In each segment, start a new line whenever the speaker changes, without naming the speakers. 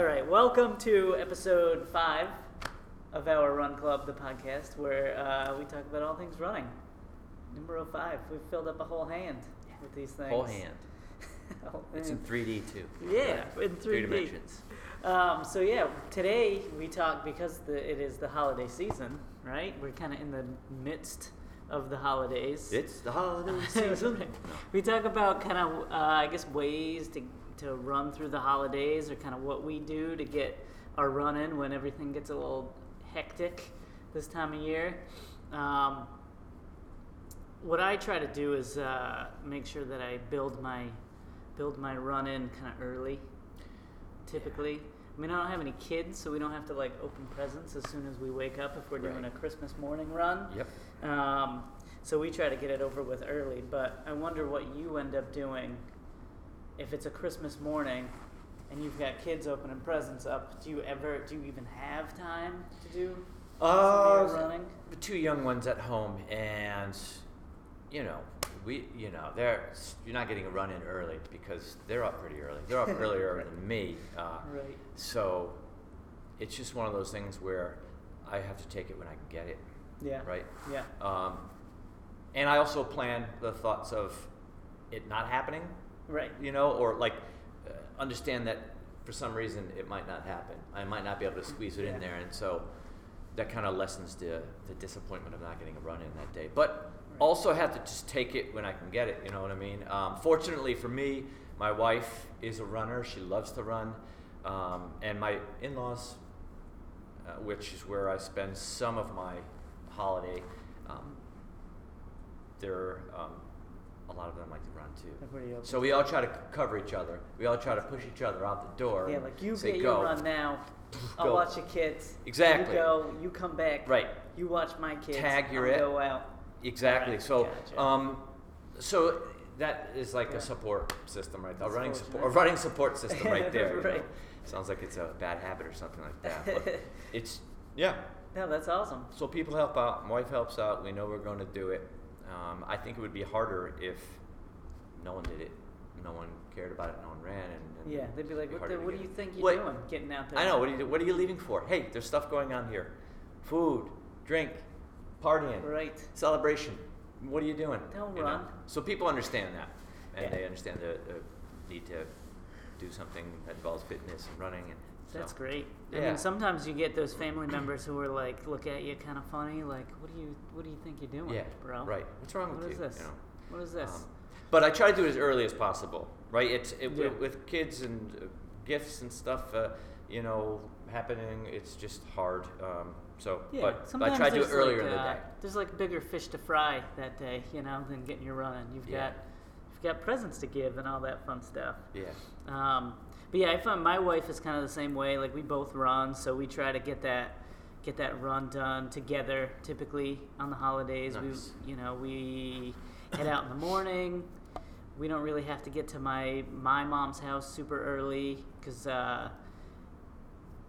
Welcome to episode five of our Run Club, the podcast, where uh, we talk about all things running. Number five. We've filled up a whole hand with these things.
Whole hand.
Whole
It's in
hand.
3D too.
Yeah, in 3D.
Three dimensions.
Um, so yeah, today we talk because the, it is the holiday season, right? We're kind of in the midst of the holidays.
It's the holiday season.
season. we talk about kind of, uh, I guess, ways to to run through the holidays, or kind of what we do to get our run in when everything gets a little hectic this time of year. Um, what I try to do is uh, make sure that I build my build my run in kind of early. Typically, I mean, I don't have any kids, so we don't have to like open presents as soon as we wake up if we're doing
Right.
a Christmas morning run.
Yep.
Um, so we try to get it over with early, but I wonder what you end up doing if it's a Christmas morning and you've got kids opening presents up. Do you ever, do you even have time to do some of your
Uh,
running?
the two young ones at home, and you know, we, you know, they're you're not getting a run in early because they're up pretty early. They're up earlier than me. Uh,
Right.
So it's just one of those things where I have to take it when I can get it.
Yeah.
Right.
Yeah.
Um, and I also plan the thoughts of it not happening,
Right.
you know, or like uh, understand that for some reason it might not happen. I might not be able to squeeze it
Yeah.
in there, and so that kind of lessens the the disappointment of not getting a run in that day. But
Right.
also have to just take it when I can get it. You know what I mean? Um, fortunately for me, my wife is a runner. She loves to run, um, and my in-laws uh, which is where I spend some of my holiday. Um, there, um, a lot of them like to run
They're
too.
pretty open.
So we all try to c- cover each other. We all try to push each other out the door.
yeah,
and
like you
say,
get
go.
your run now. I'll
Go.
watch your kids.
Exactly.
You go. You come back.
Right.
You watch my kids.
Tag, you're
I'll
it.
Go out.
Exactly.
Alright,
so,
gotcha.
um, so that is like
Yeah.
a support system, right? A
That's
running
fortunate.
support, a running support system, right there. you know.
Right.
Sounds like it's a bad habit or something like that. But it's yeah.
No, that's awesome.
So people help out. My wife helps out. We know we're going to do it. Um, I think it would be harder if no one did it, no one cared about it, no one ran, and, and
Yeah, they'd be like, "What,
it'd harder
the,
to
what do
get
you
it."
think you're
What-
doing? Getting out there?"
I know. What are you What are you leaving for? Hey, there's stuff going on here, food, drink, partying,
Right.
celebration. What are you doing?
Don't
You know?
run.
So people understand that, and
Yeah.
they understand the, the need to do something that involves fitness and running. And so-
That's great. I
Yeah.
mean, sometimes you get those family members who are like, look at you kind of funny, like, what do you, what do you think you're doing,
Yeah,
bro?
right. What's wrong
What
with
is
you?
this?
You know?
What is this?
Um, but I try to do it as early as possible, right? It's it,
Yeah.
with kids and uh, gifts and stuff, uh, you know, happening. It's just hard. Um, so,
yeah.
but, but
sometimes
I try to do it
there's,
earlier
like,
in the
uh,
day.
There's like bigger fish to fry that day, you know, than getting your running. You've
Yeah.
got, you've got presents to give and all that fun stuff.
Yeah,
Um, but yeah, I find my wife is kind of the same way. Like we both run, so we try to get that get that run done together. Typically on the holidays,
Nice.
we you know we head out in the morning. We don't really have to get to my my mom's house super early because uh,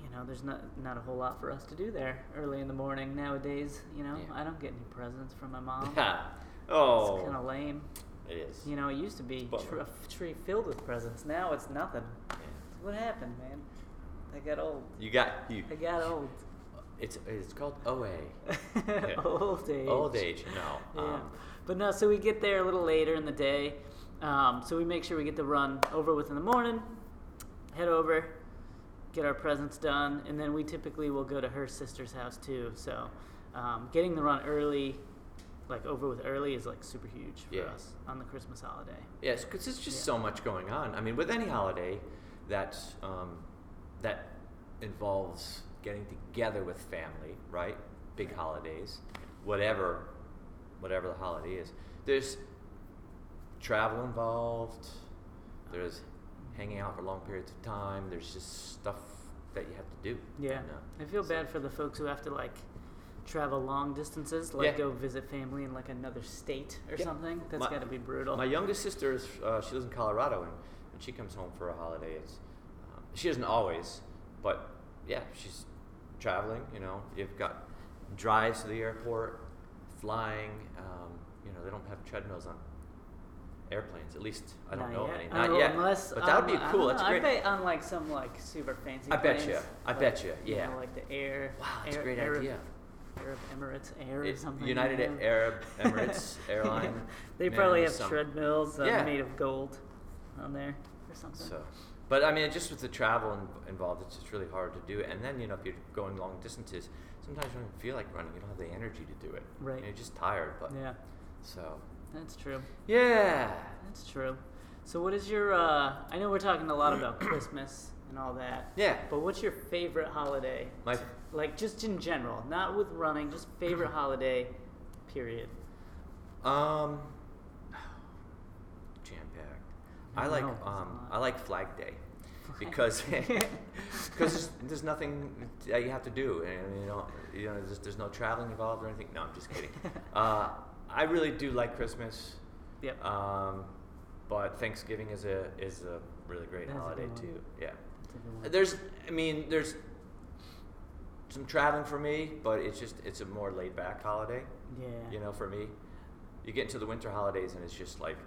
you know there's not not a whole lot for us to do there early in the morning nowadays. You know
Yeah.
I don't get any presents from my mom. Um, It's kind of
oh,
lame.
it is.
You know, it used to be
Bummer.
tr- a f- tree filled with presents. Now it's nothing.
Yeah.
What happened, man? I got old.
You got you.
I got old.
It's it's called OA. Yeah.
old age.
Old age. No.
Yeah.
Um,
but no, so we get there a little later in the day. Um, so we make sure we get the run over with in the morning, head over, get our presents done, and then we typically will go to her sister's house too. So um, getting the run early, like over with early, is like super huge for
Yeah.
us on the Christmas holiday.
Yes, because there's just
Yeah.
so much going on. I mean, with any holiday that um, that involves getting together with family, right? Big holidays, whatever, whatever the holiday is. There's travel involved. There's hanging out for long periods of time. There's just stuff that you have to do. you
Yeah,
know?
I feel
So-
bad for the folks who have to like travel long distances, like
Yeah.
go visit family in like another state or
Yeah.
something. That's
My-
got to be brutal.
My youngest sister is uh, she lives in Colorado, and when she comes home for a holiday, it's um, she doesn't always, but yeah, she's traveling. You know, you've got drives to the airport, flying. Um, you know, they don't have treadmills on airplanes. At least I don't
Not
know
yet.
any. Not
Oh,
yet.
Unless,
but that would
um,
be
I
cool.
don't
That's
know.
a great.
I bet on like some like super fancy.
I bet
planes,
ya. I
like,
bet ya, yeah.
know, like the Air.
Wow, that's
Air-
a great
Arab,
idea.
Arab Emirates Air or
It-
something.
United
you know?
Arab Emirates airline,
they
man,
probably
or
have
some-
treadmills uh,
Yeah.
made of gold on there or something.
So, but I mean, just with the travel in, involved, it's just really hard to do. And then you know, if you're going long distances, sometimes you don't even feel like running. You don't have the energy to do it.
Right.
And you're just tired. But
yeah,
so
that's true.
yeah,
That's true. So what is your? Uh, I know we're talking a lot about Christmas and all that.
yeah.
But what's your favorite holiday?
My
Like just in general, not with running, just favorite holiday, period.
um, jam packed.
I
I like
know, it's a
um
lot.
I like Flag Day because because there's, there's nothing that you have to do and you know you know there's, there's no traveling involved or anything. No, I'm just kidding. Uh, I really do like Christmas.
Yep.
Um, but Thanksgiving is a is a really great
That's a
holiday
good one.
too. Yeah.
That's a good one.
There's I mean there's some traveling for me, but it's just it's a more laid back holiday.
yeah.
You know, for me, you get into the winter holidays and it's just like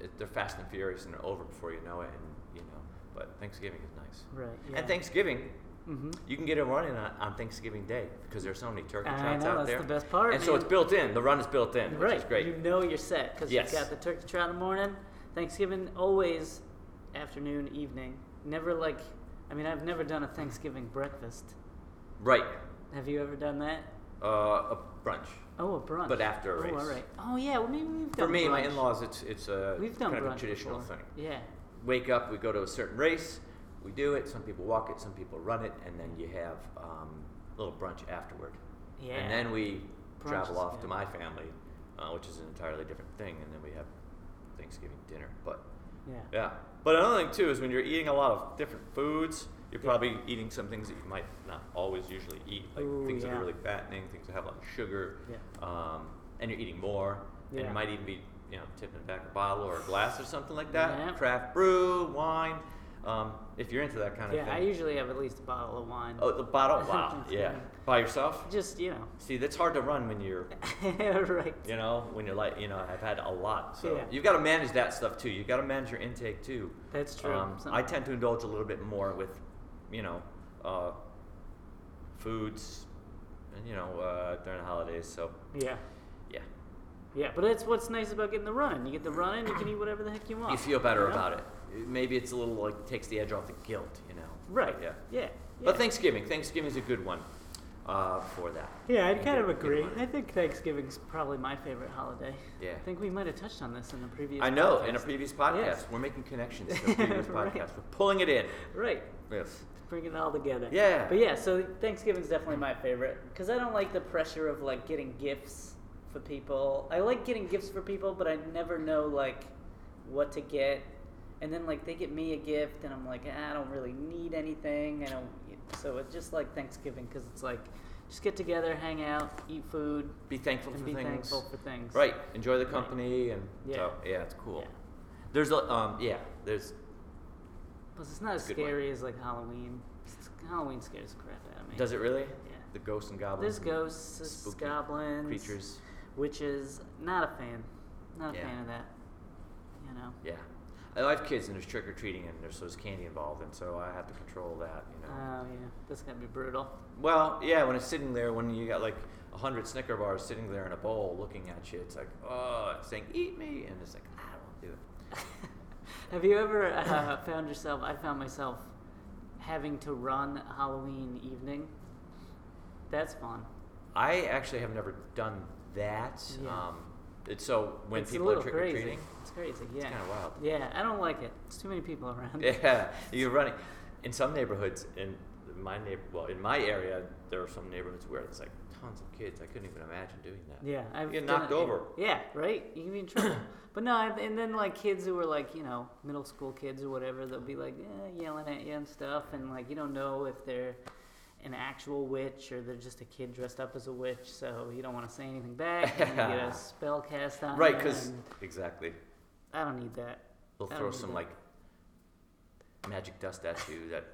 it, they're fast and furious and they're over before you know it. And you know, but Thanksgiving is nice.
Right. Yeah.
And Thanksgiving,
Mm-hmm.
you can get a run in on, on Thanksgiving Day because there's so many turkey
I
trots
know,
out
that's
there.
the best part,
And so it's
man.
built in. The run is built in, which
right.
is great.
You know you're set because
Yes.
you've got the turkey trot in the morning. Thanksgiving always afternoon, evening. Never like, I mean, I've never done a Thanksgiving breakfast.
Right.
Have you ever done that?
Uh, a brunch.
Oh, a brunch.
But after a
Oh,
race.
all right. Oh yeah. Well, maybe we've done.
For me, my
brunch.
in-laws, it's it's a
We've done
kind of
brunch
a traditional
before.
thing.
Yeah.
Wake up, we go to a certain race, we do it. Some people walk it, some people run it, and then you have um, a little brunch afterward.
Yeah.
And then we
Brunch is
travel off to
good.
my family, uh, which is an entirely different thing, and then we have Thanksgiving dinner. But
Yeah.
yeah. But another thing too is when you're eating a lot of different foods, you're probably eating some things that you might not always usually eat, like
Ooh,
things that
yeah.
are really fattening, things that have a lot of sugar,
Yeah.
um, and you're eating more, and
Yeah.
you might even be, you know, tipping back a bottle or a glass or something like that.
Yeah.
Craft brew, wine, um, if you're into that kind of
Yeah.
thing.
I usually have at least a bottle of wine.
oh, the bottle, wow, yeah, by yourself.
Just you know.
See, that's hard to run when you're,
right.
you know, when you're like, you know, I've had a lot, so
Yeah.
you've got to manage that stuff too. You've got to manage your intake too.
That's true.
Um,
Some-
I tend to indulge a little bit more with, you know, uh, foods, and you know, uh, during the holidays. So
yeah.
yeah,
Yeah, but that's what's nice about getting the running. You get the running, you can eat whatever the heck you want.
you feel better
know?
about it. It- Maybe it's a little like takes the edge off the guilt, you know.
Right.
But,
Yeah.
yeah.
Yeah.
But Thanksgiving, Thanksgiving's a good one uh, for that.
Yeah,
You
I'd kind
get-
of
get
agree.
one.
I think Thanksgiving's probably my favorite holiday.
Yeah.
I think we might have touched on this in the previous.
I know.
podcast.
In a previous podcast,
Yes.
we're making connections to a previous
Right.
podcast. We're pulling it in.
Right.
Yes.
Bring it all together.
Yeah.
But yeah, so Thanksgiving's definitely my favorite because I don't like the pressure of like getting gifts for people. I like getting gifts for people, but I never know like what to get. And then like they get me a gift, and I'm like, "Ah, I don't really need anything. I don't. So it's just like Thanksgiving because it's like just get together, hang out, eat food,
Be thankful
and
for
be
things.
thankful for things.
Right. Enjoy the
Right.
company and
Yeah.
so yeah, it's cool.
Yeah.
There's a um yeah, there's
Plus, it's not as
Good one.
scary as like Halloween. It's- Halloween scares the crap out of me.
does it really?
Yeah.
The ghosts and goblins.
There's
and
ghosts, there's
spooky
goblins,
creatures.
witches. Not a fan. Not a
Yeah.
fan of that. You know.
Yeah. I have kids and there's trick or treating and there's those candy involved and so I have to control that, you know.
Oh yeah, that's gonna be brutal.
well, yeah, when it's sitting there when you got like a hundred Snicker bars sitting there in a bowl looking at you, it's like, oh it's saying, Eat me and it's like, I don't want to do it.
Have you ever uh, found yourself? I found myself having to run Halloween evening. That's fun.
I actually have never done that.
Yeah.
Um it's so when
it's
people
a
are
little
trick or
crazy.
treating,
It's crazy. Yeah.
kinda wild.
Yeah, I don't like it. It's too many people around.
Yeah, you're running. In some neighborhoods, in my neighbor, well, in my area, there are some neighborhoods where there's like tons of kids. I couldn't even imagine doing that.
Yeah, I've
get
done
knocked
it, yeah.
over.
Yeah, right. You can be in trouble. but no, I- and then like kids who were like you know middle school kids or whatever, they'll be like eh, yelling at you and stuff, and like you don't know if they're an actual witch or they're just a kid dressed up as a witch, so you don't want to say anything back. And you get a spell cast on.
Right,
you,
because
and
exactly,
I don't need that.
they'll
I don't
throw
need
some
that.
like magic dust at you that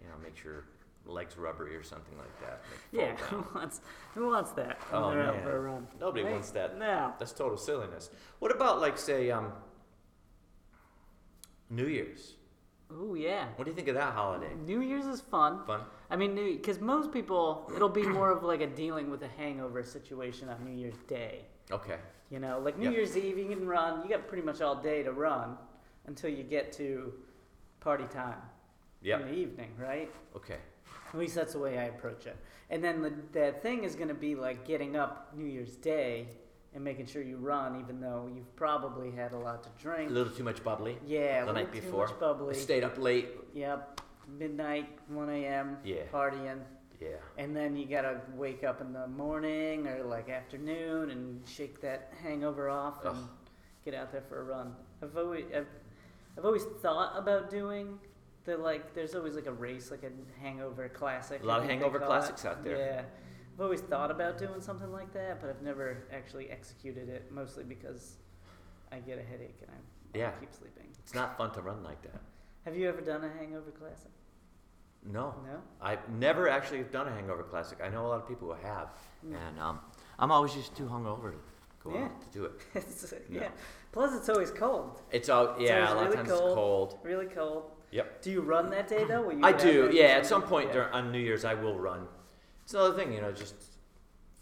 you know makes your legs rubbery or something like that. make
Yeah,
you fall
who
down.
wants who wants that? when
Oh,
they're out
man.
for a run.
Nobody
Right?
wants that.
No.
That's total silliness. What about like say um, New Year's.
Ooh, yeah.
What do you think of that holiday?
New Year's is fun.
Fun?
I mean, New because most people, it'll be more of like a dealing with a hangover situation on New Year's Day.
Okay.
You know, like New
Yep.
Year's Eve, you can run. You got pretty much all day to run until you get to party time in
Yep.
the evening, right?
Okay.
At least that's the way I approach it. And then the, the thing is going to be like getting up New Year's Day and making sure you run, even though you've probably had a lot to
A
drink.
little too much bubbly.
yeah,
the
a
night
little
before.
Too much bubbly.
Stayed up late.
Yep, midnight, 1 a.m.
Yeah.
Partying.
Yeah.
And then you gotta wake up in the morning or like afternoon and shake that hangover off and
Ugh.
get out there for a run. I've always I've, I've always thought about doing the like there's always like a race like a hangover classic.
A
I
lot of
think they
hangover
call
classics
it.
out there.
Yeah. I've always thought about doing something like that, but I've never actually executed it mostly because I get a headache and I
Yeah.
keep sleeping.
It's not fun to run like that.
Have you ever done a hangover classic?
No.
No?
I've never actually done a hangover classic. I know a lot of people who have. And um, I'm always just too hungover to go
Mm. Yeah.
out to do it.
It's-
No.
Yeah. Plus it's always cold.
It's all, yeah,
always
a lot
really
of times
cold.
it's cold.
Really cold.
Yep.
Do you run that day though? Will you
I
get out
do,
there?
yeah. At some point
Yeah.
during, on New Year's, I will run. It's another thing, you know, just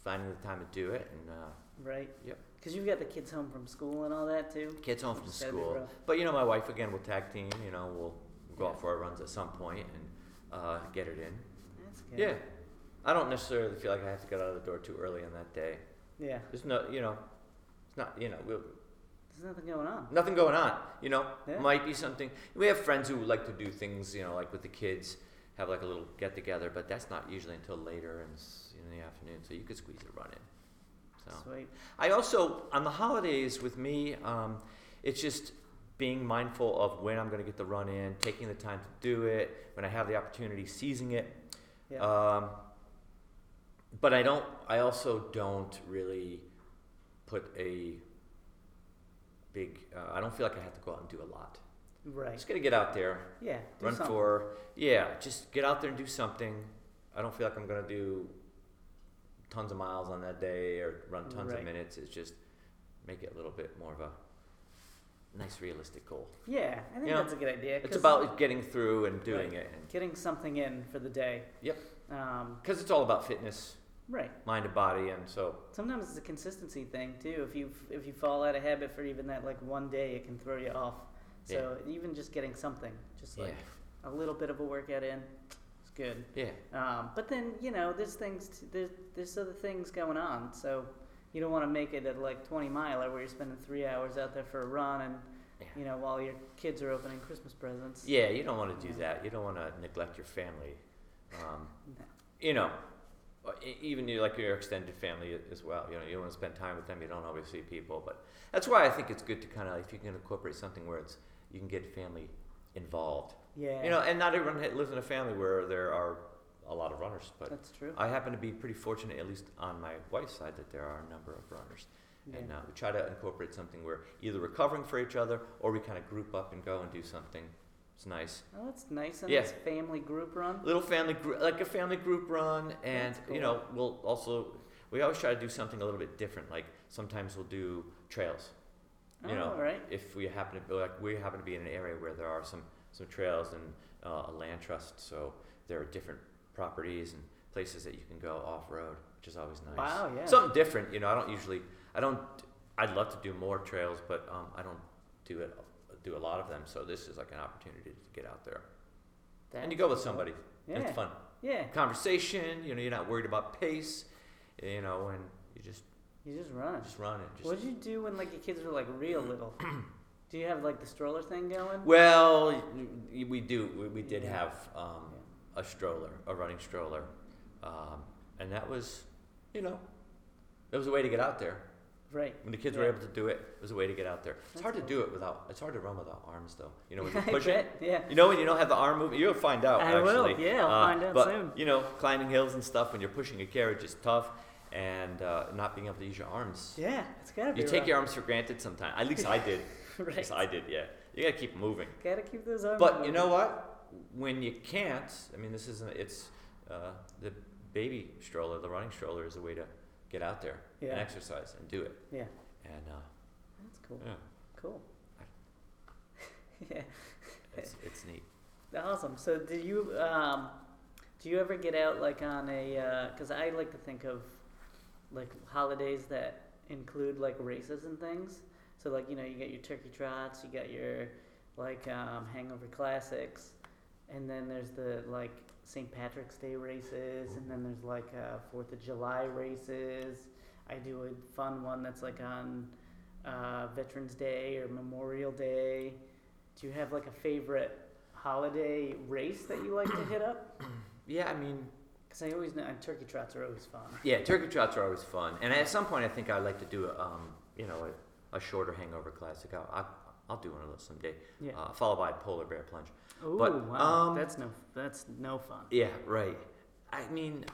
finding the time to do it. And uh,
Right.
Yep.
Because you've got the kids home from school and all that too.
kids home from
It's gotta be
school.
rough.
But, you know, my wife, again, will tag team. You know, we'll go
Yeah.
out for our runs at some point and uh, get it in.
That's good.
Yeah. I don't necessarily feel like I have to get out of the door too early on that day.
Yeah.
There's no, you know, it's not, you know, we'll,
There's nothing going on.
nothing going on. You know,
Yeah.
might be something. We have friends who like to do things, you know, like with the kids, have like a little get together, but that's not usually until later in, s- in the afternoon. So you could squeeze a run in. So
Sweet.
I also on the holidays with me, um, it's just being mindful of when I'm going to get the run in, taking the time to do it, when I have the opportunity, seizing it.
Yeah.
Um, but I don't. I also don't really put a big. Uh, I don't feel like I have to go out and do a lot. I'm
right.
just gonna get out there,
Yeah. do
run
something.
for. Yeah, just get out there and do something. I don't feel like I'm gonna do tons of miles on that day or run tons
Right.
of minutes. It's just make it a little bit more of a nice, realistic goal.
Yeah. I think
Yeah.
that's a good idea.
It's
'cause
about getting through and doing
Right.
it, and
getting something in for the day.
Yep.
Um,
because it's all about fitness,
right.
mind and body, and so
Sometimes it's a consistency thing too. If you if you fall out of habit for even that like one day, it can throw you off. So even just getting something, just
yeah,
like a little bit of a workout in, it's good.
yeah.
Um, but then you know, there's things, t- there's, there's other things going on, so you don't want to make it a like 20 miler where you're spending three hours out there for a run, and
Yeah.
you know, while your kids are opening Christmas presents.
Yeah, you don't want to do
Yeah.
that. You don't want to neglect your family. Um,
No.
You know, or e- even you like your extended family a- as well. You know, you want to spend time with them. You don't always see people, but that's why I think it's good to kind of if you can incorporate something where it's you can get family involved.
Yeah,
You know, and not everyone ha- lives in a family where there are a lot of runners, but
that's true.
I happen to be pretty fortunate, at least on my wife's side, that there are a number of runners.
yeah.
And uh, we try to incorporate something where either we're covering for each other or we kind of group up and go and do something. It's nice
oh, that's nice. And
yeah.
it's family group run.
little family gr- like a family group run and
That's cool.
you know we'll also we always try to do something a little bit different like sometimes we'll do trails you
oh,
know
all right.
if we happen to be like we happen to be in an area where there are some some trails and uh, a land trust so there are different properties and places that you can go off road which is always nice
Wow, yeah.
something different you know i don't usually i don't i'd love to do more trails but um, i don't do it do a lot of them so this is like an opportunity to get out there and you go with
That's cool.
somebody
Yeah,
and it's fun
yeah.
conversation. You know, you're not worried about pace. You know, and you just
You just run.
just run it. Just
What did you do when like your kids were like real little? do you have like the stroller thing going?
well, y- y- we do. We, we did
Yeah.
have um, a stroller, a running stroller, um, and that was, you know, it was a way to get out there.
Right.
When the kids
Yeah.
were able to do it, it was a way to get out there. It's
That's
hard
cool.
to do it without. It's hard to run without arms, though. You know, when you
I
push it.
bet, Yeah.
You know when you don't have the arm movement, you'll find out.
I will,
actually.
yeah, I'll
Uh,
find out
but,
soon.
You know, climbing hills and stuff when you're pushing a carriage is tough, and uh, not being able to use your arms.
Yeah. It's gotta be.
You take
rough.
your arms for granted sometimes. At least I did. At
right.
least I did. Yeah, you gotta keep moving.
Gotta keep those arms.
But you
moving.
know what? When you can't, I mean, this isn't. It's uh, the baby stroller, the running stroller, is a way to get out there
Yeah.
and exercise and do it.
Yeah.
And uh,
That's cool.
yeah.
Cool. yeah. Awesome. So, do you um, do you ever get out like on a? Because I like to think of like holidays that include like races and things. So, like you know, you get your turkey trots, you got your like um, hangover classics, and then there's the like St. Patrick's Day races, and then there's like uh, Fourth of July races. I do a fun one that's like on uh, Veterans Day or Memorial Day. Do you have like a favorite holiday race that you like to hit up?
Yeah, I mean,
Because I always know and turkey trots are always fun.
yeah, turkey trots are always fun, and at some point I think I'd like to do a, um, you know, a, a shorter hangover classic. I'll, I'll, I'll do one of those someday,
Yeah.
uh, followed by a polar bear plunge.
Ooh,
But,
wow,
um,
that's no that's no fun.
Yeah, right. I mean,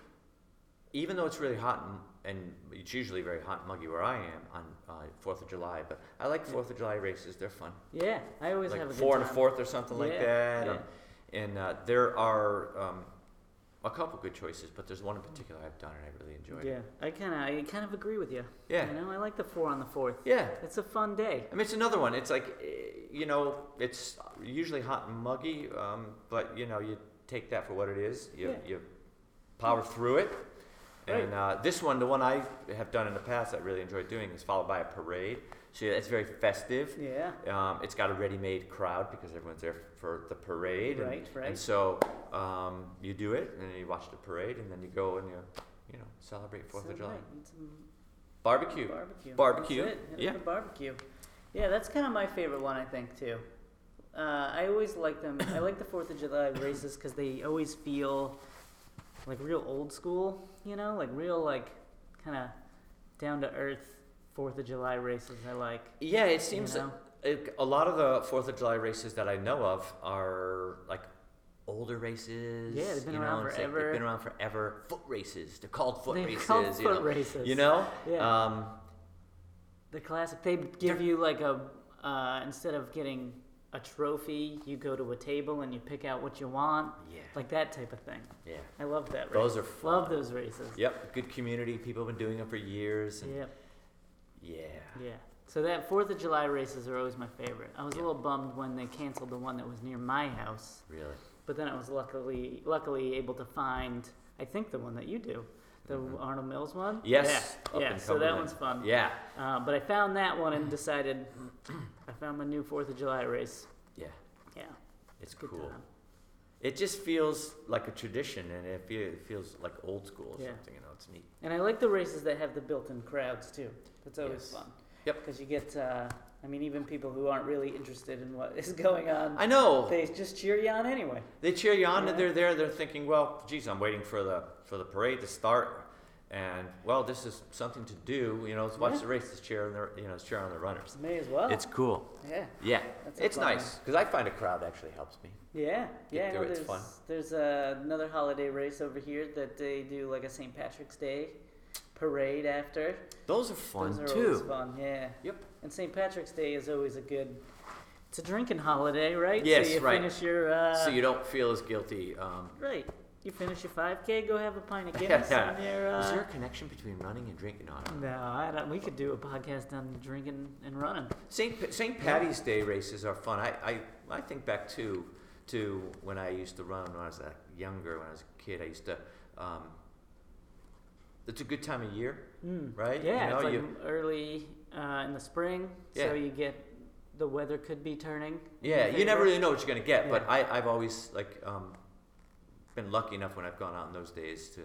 even though it's really hot and, and it's usually very hot and muggy where I am on uh, Fourth of July, but I like Fourth of July races. They're fun,
Yeah, I always
like
have a good
four
time.
and a fourth or something like
Yeah,
that.
yeah.
um, and uh, there are um, a couple good choices, but there's one in particular I've done and I really enjoyed.
Yeah,
It.
I kind of I kind of agree with you.
Yeah.
you know, I like the four on the fourth.
Yeah.
It's a fun day.
I mean, it's another one. It's like, eh, you know, it's usually hot and muggy, um, but you know, you take that for what it is. You,
Yeah.
you power through it. And uh, this one, the one I have done in the past, I really enjoyed doing, is followed by a parade. So yeah, it's very festive.
Yeah,
Um, it's got a ready-made crowd because everyone's there for the parade. and-
Right, right.
And so um, you do it, and then you watch the parade, and then you go and you, you know, celebrate Fourth of July.
Celebrate. It's a
Barbecue.
Barbecue.
Barbecue,
That's it. Hit up
yeah.
the barbecue. Yeah, that's kind of my favorite one, I think, too. Uh, I always like them. I like the 4th of July races because they always feel like real old school, you know? Like real, like, kind of down to earth 4th of July races I like.
Yeah, it seems
know?
that a lot of the Fourth of July races that I know of are like older races.
Yeah, they've been
you know,
around
it's like
forever.
they've been around forever. Foot races. They're called foot
They're
races.
called
you
foot
know?
races.
You know.
Yeah.
Um,
The classic. They give you, like, a. Uh, instead of getting a trophy, you go to a table and you pick out what you want.
Yeah.
Like that type of thing.
yeah.
I love that race.
Those are
Love
fun.
those races.
Yep. Good community. People have been doing them for years. And
Yep.
yeah.
Yeah. So that Fourth of July races are always my favorite. I was a
Yeah.
little bummed when they canceled the one that was near my house,
Really.
but then I was luckily luckily able to find I think the one that you do, the Arnold Mills one.
Mm-hmm. Yes.
Yeah.
up
yeah.
in
So that
Cumberland.
one's fun.
Yeah.
Uh, but I found that one and decided I found my new Fourth of July race.
Yeah.
Yeah.
It's
Good
cool.
time.
It just feels like a tradition, and it, feel, it feels like old school or
Yeah.
something. You know, it's neat.
And I like the races that have the built-in crowds too. That's always
Yes.
fun.
Yep.
Because you get, uh, I mean, even people who aren't really interested in what is going on,
I know.
Um, they just cheer you on anyway.
They cheer you on,
Yeah.
and they're there. They're thinking, "Well, geez, I'm waiting for the for the parade to start, and well, this is something to do. You know, let's watch
Yeah.
the race. Let's cheer on the you know, let's cheer on the runners.
May as well.
It's cool.
yeah.
Yeah,
That's a
it's
fun
nice because I find a crowd actually helps me.
Yeah, yeah. I
through
know
it, it's
there's
fun.
there's uh, another holiday race over here that they do like a St. Patrick's Day parade after.
Those are fun
Those are always
too.
fun. Yeah.
Yep.
And St. Patrick's Day is always a good. It's a drinking holiday, right?
Yes,
so you
right.
Finish your. Uh,
so you don't feel as guilty. Um,
right. You finish your 5K, go have a pint of
yeah.
Guinness. and your, uh,
is there a connection between running and drinking? On
No, I don't, we could do a podcast on drinking and running.
St. Pa- St. Patty's Day races are fun. I, I, I think back to to when I used to run when I was uh, younger, when I was a kid. I used to. Um, it's a good time of year, right?
Hmm. Yeah,
You know,
it's like
you-
early uh, in the spring,
Yeah.
so you get the weather could be turning. in
yeah.
your
You never
favor.
really know what you're gonna get, but
Yeah.
I, I've always like um, been lucky enough when I've gone out in those days to,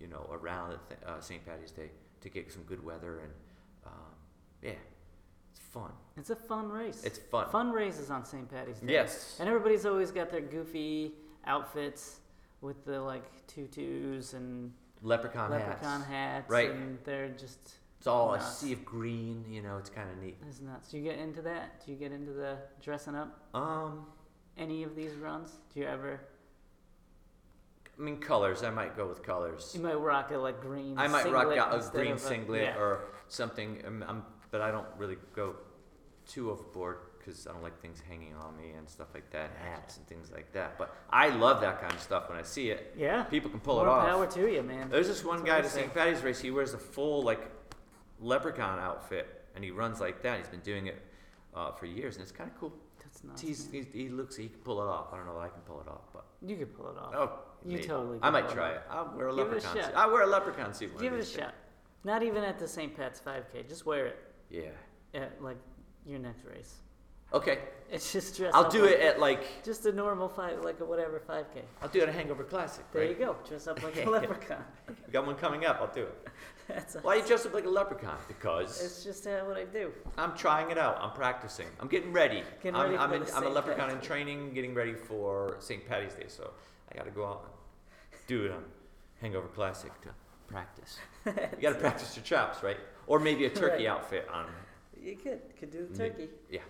you know, around th- uh, St. Patty's Day to get some good weather and, um, yeah, it's fun.
It's a fun race.
It's fun.
fun races on St. Patty's Day.
Yes.
and everybody's always got their goofy outfits with the like tutus and
Leprechaun,
leprechaun
hats.
hats,
Right.
And they're just
It's all a
Nuts.
sea of green. You know, it's kind of neat.
it's nuts. Do you get into that? Do you get into the dressing up?
Um,
Any of these runs? Do you ever?
I mean, colors. I might go with colors.
You might rock a like green.
I might rock
singlet
out a
instead
green
of
singlet
yeah.
or something, um, um, but I don't really go too overboard because I don't like things hanging on me and stuff like that, hats and things like that. But I love that kind of stuff when I see it.
yeah.
People can pull
More
it off.
power to you, man.
There's this one
That's
guy
what
to
I say.
St. Patty's race. He wears a full like leprechaun outfit and he runs like that. He's been doing it uh, for years, and it's kind of cool.
That's It's not.
He's, he, he looks. He can pull it off. I don't know if I can pull it off, but
you can pull it off.
oh,
You
maybe.
totally
I
can
might
pull it
try
off.
it. I'll wear a
Give it a
leprechaun
shot.
suit. I'll wear a leprechaun suit. one of
Give it a
these days.
shot. Not even at the St. Pat's 5K. Just wear it
Yeah.
at like your next race.
Okay.
It's just dress.
I'll
up
do
like-
it at like.
Just a normal five, like a whatever 5K.
I'll do it at Hangover Classic.
There
right?
you go. Dress up like a leprechaun.
We got one coming up. I'll do it.
That's
Why are you dressed up like a leprechaun? Because
It's just uh, what I do.
I'm trying it out. I'm practicing. I'm getting ready.
Getting
I'm,
ready
I'm,
for
in,
the
I'm a
St.
leprechaun in
Patrick's.
training, getting ready for St. Patty's Day. So I got to go out and do it on Hangover Classic to practice. you got to practice your chops, right? Or maybe a turkey
Right.
outfit on.
You could could do the
mid-
turkey.
Yeah.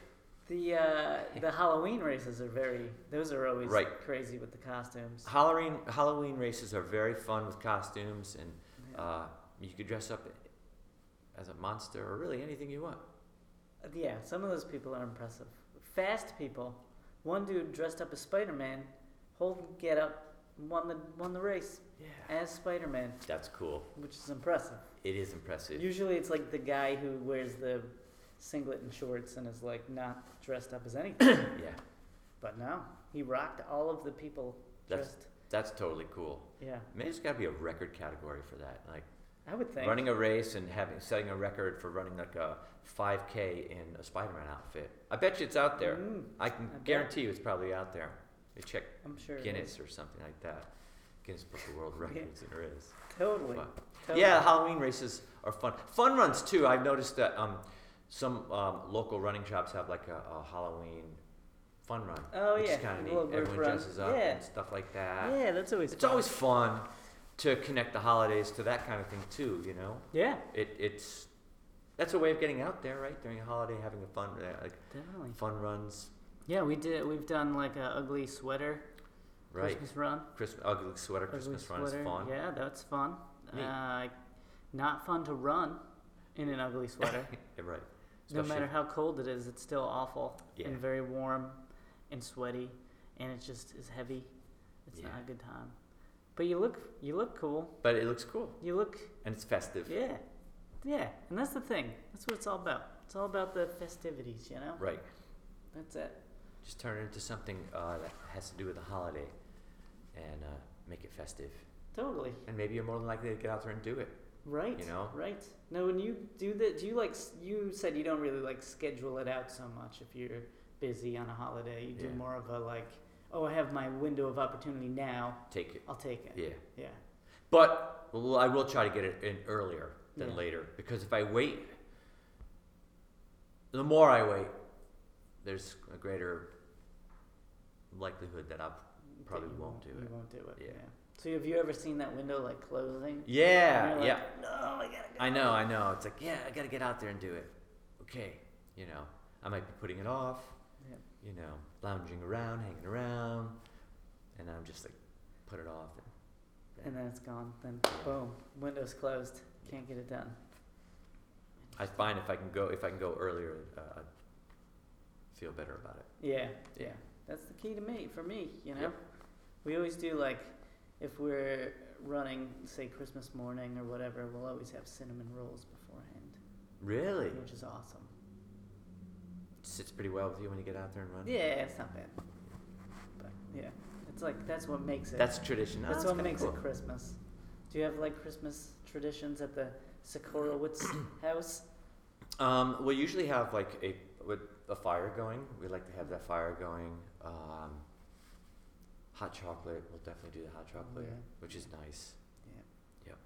The uh, the Halloween races are very. Those are always
Right.
crazy with the costumes.
Halloween Halloween races are very fun with costumes, and uh, you could dress up as a monster or really anything you want.
Yeah, some of those people are impressive. Fast people. One dude dressed up as Spider Man, whole get up, won the won the race
Yeah.
as Spider Man,
That's cool.
which is impressive.
It is impressive.
Usually, it's like the guy who wears the singlet and shorts and is like not dressed up as anything.
yeah.
but no, he rocked all of the people
That's-
dressed.
That's totally cool.
Yeah,
Maybe there's got to be a record category for that, like
I would think.
running a race and having setting a record for running like a 5K in a Spider-Man outfit. I bet you it's out there.
Mm,
I can
I bet.
guarantee you it's probably out there. You check
I'm sure. it
Guinness
is.
or something like that. Guinness Book of World Records, and it is.
Totally.
But-
totally.
Yeah, Halloween races are fun. Fun runs too. I've noticed that um, some um, local running shops have like a, a Halloween fun run.
Oh,
which
yeah,
is kind
a
of neat.
little group
Everyone
run.
dresses up
Yeah.
and stuff like that.
Yeah, that's always.
It's
fun.
always fun to connect the holidays to that kind of thing too. You know,
Yeah,
it it's that's a way of getting out there, right? During a holiday, having a fun uh, like
definitely.
fun runs,
Yeah, we did. We've done like a ugly sweater
right?
Christmas run.
Christmas ugly sweater
Ugly
Christmas run
sweater.
is fun.
Yeah, that's fun.
Neat.
Uh, not fun to run in an ugly sweater.
Yeah, right.
no
Especially-
matter how cold it is, it's still awful
Yeah.
and very warm and sweaty, and it just is heavy. It's
Yeah.
not a good time. But you look, you look cool.
But it looks cool
You look,
and it's festive.
yeah, yeah. And that's the thing. That's what it's all about. It's all about the festivities, you know.
Right.
That's it.
Just turn it into something uh, that has to do with the holiday, and uh, make it festive.
Totally.
And maybe you're more than likely to get out there and do it.
Right.
You know?
Right. Now, when you do that, do you like? s- You said you don't really like schedule it out so much if you're busy on a holiday. You do
Yeah.
more of a like, oh, I have my window of opportunity now.
Take it.
I'll take it.
Yeah.
Yeah.
But well, I will try to get it in earlier than
Yeah.
later because if I wait, the more I wait, there's a greater likelihood that I'll
That
probably
you
won't do
You
it.
won't do it.
Yeah.
Yeah. So have you ever seen that window like closing? And
Yeah,
you're like,
yeah.
No, I gotta go.
I know, I know. It's like, yeah, I gotta get out there and do it. Okay, you know, I might be putting it off.
Yeah.
You know, lounging around, hanging around, and I'm just like, put it off.
And then it's gone. Then
Yeah.
boom, window's closed. Can't get it done.
I find if I can go, if I can go earlier, uh, I feel better about it.
Yeah,
Yeah.
yeah. That's the key to me, for me, you know?
Yep.
We always do like, if we're running, say, Christmas morning or whatever, we'll always have cinnamon rolls beforehand,
Really,
which is awesome.
sits pretty well with you when you get out there and run.
Yeah, it's not bad. But yeah, it's like, that's what makes it.
that's tradition.
that's
Oh,
what
kinda
makes
cool.
it Christmas. Do you have like Christmas traditions at the Sikorowitz house?
Um, we usually have like a with a fire going. We like to have that fire going. Um, hot chocolate. We'll definitely do the hot chocolate,
yeah.
which is nice.
Yeah.
Yep.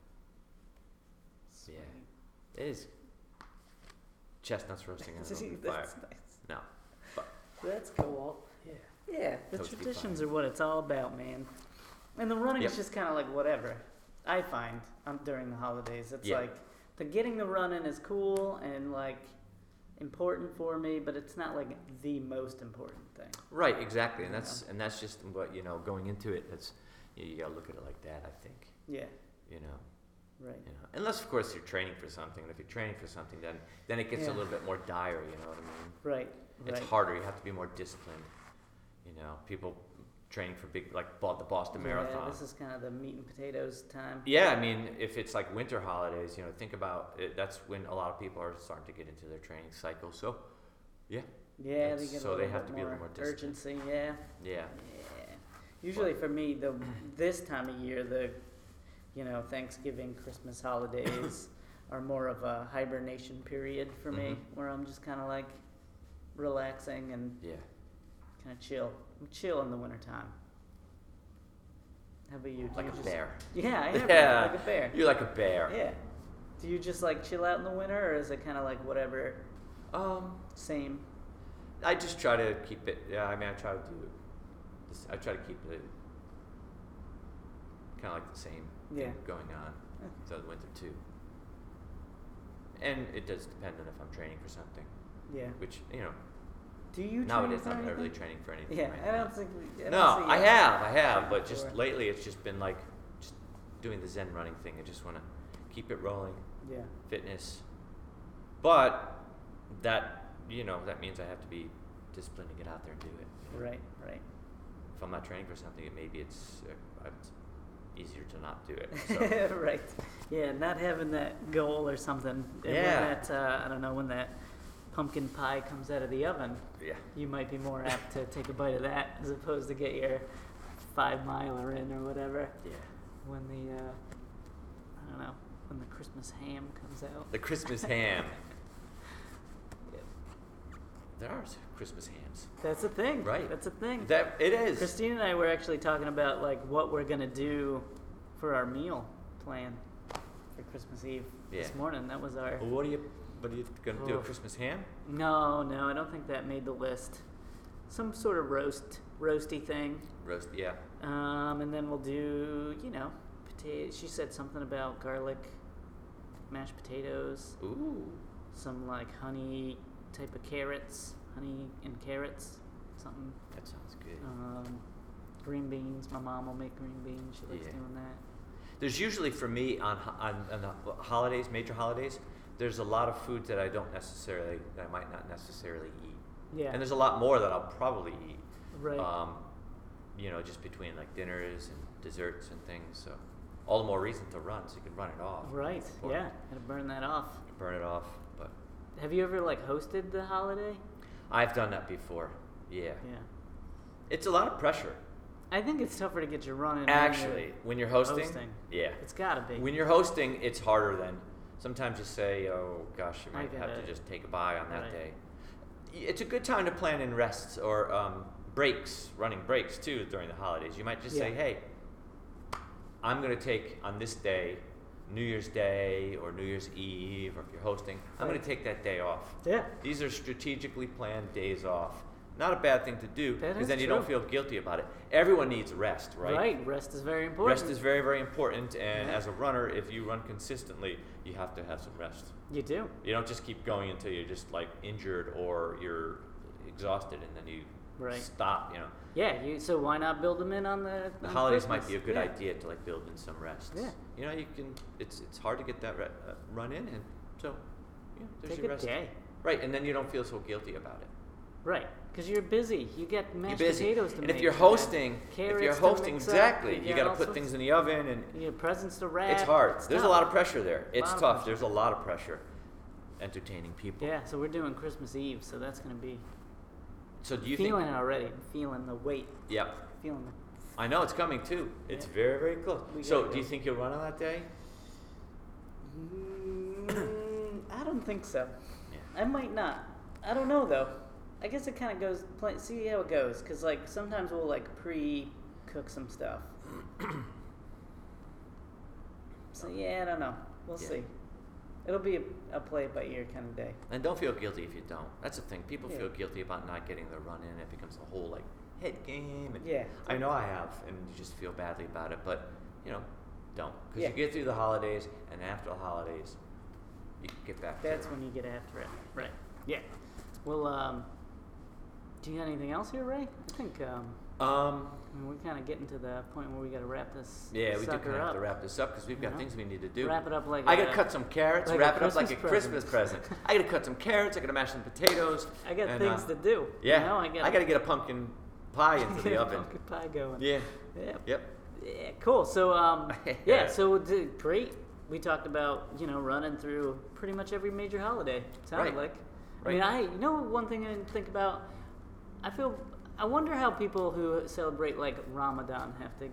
Sweet.
It is chestnuts roasting on an
that's
open fire.
nice.
No,
That's cool.
Yeah.
Yeah, the
Toasty
traditions
pie.
are what it's all about, man. And the running
Yep.
is just kind of like whatever. I find um, during the holidays, it's
Yeah.
like the getting the running is cool and like important for me, but it's not like the most important thing.
Right. Exactly. And that's and that's just what you know going into it. That's you, you gotta look at it like that. I think
Yeah,
you know.
right.
You know. Unless of course you're training for something. And if you're training for something, then then it gets
Yeah.
a little bit more dire. You know what I mean?
Right, right.
It's harder. You have to be more disciplined. You know, people training for big like bought the Boston Marathon.
Yeah, this is kind of the meat and potatoes time.
Yeah, I mean, if it's like winter holidays, you know, think about it. That's when a lot of people are starting to get into their training cycle. So, yeah,
Yeah,
And
they get
so
a
they
little
have
bit
to be a little more distant.
urgency. Yeah,
Yeah.
yeah. Usually for me, the this time of year, the you know Thanksgiving, Christmas holidays are more of a hibernation period for me,
Mhm.
where I'm just kind of like relaxing and
Yeah.
kind of chill. I'm chill in the wintertime. How about you? Do
Like
you
a
just,
bear.
Yeah, I am
Yeah.
like a bear.
You're like a bear.
Yeah. Do you just like chill out in the winter, or is it kind of like whatever,
Um,
same?
I just try to keep it. Yeah, I mean, I try to do. Just, I try to keep it kind of like the same
Yeah.
thing going on
Okay.
throughout the winter too. And it does depend on if I'm training for something,
Yeah.
which you know
Do you?
nowadays
train
I'm
for
not really
anything?
training for anything.
Yeah,
right
I
now.
don't think. We, I
no,
don't see
I
it.
have, I have, but just
Sure.
lately it's just been like just doing the Zen running thing. I just want to keep it rolling,
Yeah.
fitness. But that you know that means I have to be disciplined to get out there and do it. you know?
Right. Right.
If I'm not training for something, it maybe it's, uh, it's easier to not do it. So.
right. Yeah, not having that goal or something. And when
Yeah.
that uh, I don't know when that pumpkin pie comes out of the oven,
yeah.
you might be more apt to take a bite of that as opposed to get your five miler in or whatever
Yeah.
when the uh, I don't know when the Christmas ham comes out.
The Christmas ham.
Yep.
There are s- Christmas hams.
That's a thing.
Right.
That's a thing.
That it is.
Christine and I were actually talking about like what we're gonna do for our meal plan for Christmas Eve this
Yeah.
morning. That was our.
Well, what are you? What are you gonna do? A
Oh.
Christmas ham?
No, no, I don't think that made the list. Some sort of roast, roasty thing,
Roast? Yeah.
um, and then we'll do you know potato. She said something about garlic, mashed potatoes,
Ooh.
some like honey type of carrots, honey and carrots, something.
That sounds good.
Um, green beans. My mom will make green beans. She likes
Yeah.
doing that.
There's usually for me on ho- on, on the holidays, major holidays. There's a lot of food that I don't necessarily that I might not necessarily eat,
Yeah.
and there's a lot more that I'll probably eat.
Right.
Um, you know, just between like dinners and desserts and things. So, all the more reason to run, so you can run it off.
right.
Or
Yeah. Gotta burn that off.
Burn it off. But
Have you ever like hosted the holiday?
I've done that before. Yeah.
Yeah.
It's a lot of pressure,
I think it's tougher to get your running.
actually, when you're hosting.
hosting.
Yeah.
it's gotta be.
When you're hosting, it's harder than sometimes you say, "Oh gosh, you
I
might
get
have
it.
to just take a bye on that
Right.
day." Y- It's a good time to plan in rests or um, breaks, running breaks too during the holidays. You might just say,
Yeah.
"Hey, I'm going to take on this day, New Year's Day or New Year's Eve, or if you're hosting, I'm going
Right.
to take that day off."
yeah.
These are strategically planned days off. Not a bad thing to do
That
because
is
then you don't
true.
feel guilty about it. Everyone needs rest,
Right. Rest is very important.
Rest is very, very important, and
Yeah.
as a runner, if you run consistently, you have to have some rest.
you do.
You don't just keep going until you're just like injured or you're exhausted, and then you
Right.
stop. You know,
Yeah. You. So why not build them in on the?
the
on
holidays might
Christmas?
be a good
Yeah.
idea to like build in some rest.
Yeah.
You know, you can. It's it's hard to get that re- uh, run in, and so yeah, there's
Take
your
a
rest.
day.
Right, and then you don't feel so guilty about it.
Right. Because you're busy. You get mashed
you're busy,
potatoes to
and
make.
if you're
you got
hosting, if
carrots
you're
to
hosting
mix up,
exactly, you
got
got
all
to put
sorts-
things in the oven and
You got presents to wrap.
It's hard. There's a
Eh, tough.
lot of pressure there. It's
Lot of
tough.
pressure.
There's a lot of pressure entertaining people.
Yeah. So we're doing Christmas Eve. So that's gonna be.
So do you
feeling
think?
it already. Feeling the weight.
Yep.
Feeling the
I know it's coming too. It's
Yeah.
very very close.
We
so
gotta
do you
go.
think you'll run on that day?
Mm, I don't think so.
Yeah.
I might not. I don't know though. I guess it kind of goes. Play, see how it goes, because like sometimes we'll like pre-cook some stuff. so yeah, I don't know. We'll
Yeah.
see. It'll be a, a play it by ear kind of day.
And don't feel guilty if you don't. That's the thing. People
Yeah.
feel guilty about not getting their run in. It becomes a whole like head game. And
Yeah.
I know I have, and you just feel badly about it. But you know, don't because
Yeah.
you get through the holidays, and after the holidays, you get back.
That's
to it.
when you get after it, right? Yeah. Well, um, do you got anything else here, Ray? I think um,
Um.
I mean, we're kind of getting to the point where we got to wrap this.
Yeah, we do
sucker
kind of have
up.
to wrap this up because we've got
Yeah.
things we need to do.
Wrap it up like
I
a-
gotta cut some carrots.
like a
wrap it up like a
Christmas present.
Christmas present. I gotta cut some carrots. I gotta mash some potatoes.
I got
and,
things
uh,
to do.
Yeah,
You know, I got.
gotta get a pumpkin pie into the oven.
Pumpkin pie going.
Yeah.
Yeah.
Yep.
Yeah, cool. So, um, yeah, so dude, great. We talked about you know running through pretty much every major holiday. Sounded
Right.
like I mean, I you know one thing I didn't think about. I feel I wonder how people who celebrate like Ramadan have to.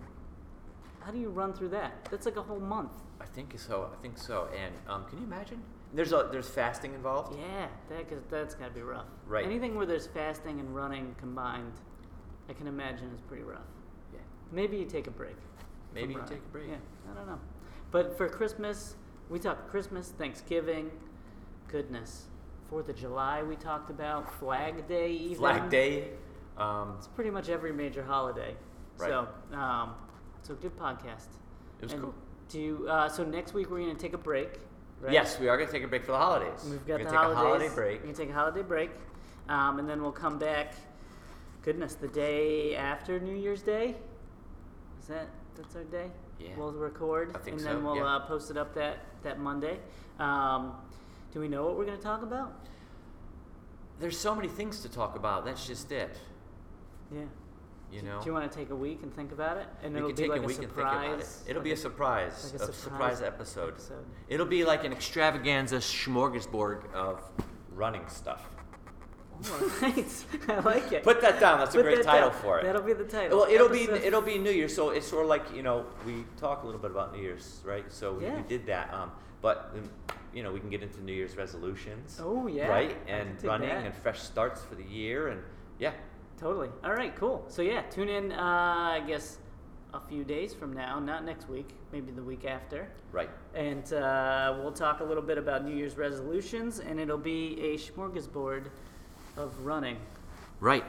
How do you run through that? That's like a whole month.
I think so. I think so. And um, can you imagine? There's a there's fasting involved.
Yeah, that cause that's gotta be rough.
Right.
Anything where there's fasting and running combined, I can imagine is pretty rough.
Yeah.
Maybe you take a break.
Maybe
from
you
running.
take a break.
Yeah, I don't know. But for Christmas, we talked Christmas, Thanksgiving, goodness, Fourth of July we talked about, Flag Day even.
Flag Day. Um,
It's pretty much every major holiday.
Right.
So, um, so good podcast.
It was
and
cool.
Do you, uh, so next week we're gonna take a break. Right?
Yes, we are going to take a break for the holidays.
We've got the
We're gonna take
holidays.
a holiday break.
We can take a holiday break, um, and then we'll come back. Goodness, the day after New Year's Day. Is that that's our day?
Yeah.
We'll record,
I think
and then
so,
we'll
yeah.
uh, post it up that that Monday. Um, do we know what we're going to talk about?
There's so many things to talk about. That's just it.
Yeah.
You
Do-
know.
Do you want to take a week and think about it, and
we
it'll
can
be
take
like
a
a
week
surprise?
and think about it. It'll
like
be a surprise,
like a
a
surprise
surprise episode.
episode.
It'll be like an extravaganza smorgasbord of running stuff.
All right. I like it.
Put that down. That's a
Put
great
that
title
down.
for it.
That'll be the title.
Well, it'll
Episode-
be it'll be New Year's, so it's sort of like you know we talk a little bit about New Year's, right? So we,
Yeah.
we did that, um, but um, you know we can get into New Year's resolutions,
Oh yeah.
right?
I can
And
take
running
that.
and fresh starts for the year, and yeah,
Totally. All right, cool. So yeah, tune in. Uh, I guess a few days from now, not next week, maybe the week after,
right.
and uh, we'll talk a little bit about New Year's resolutions, and it'll be a smorgasbord of running.
Right.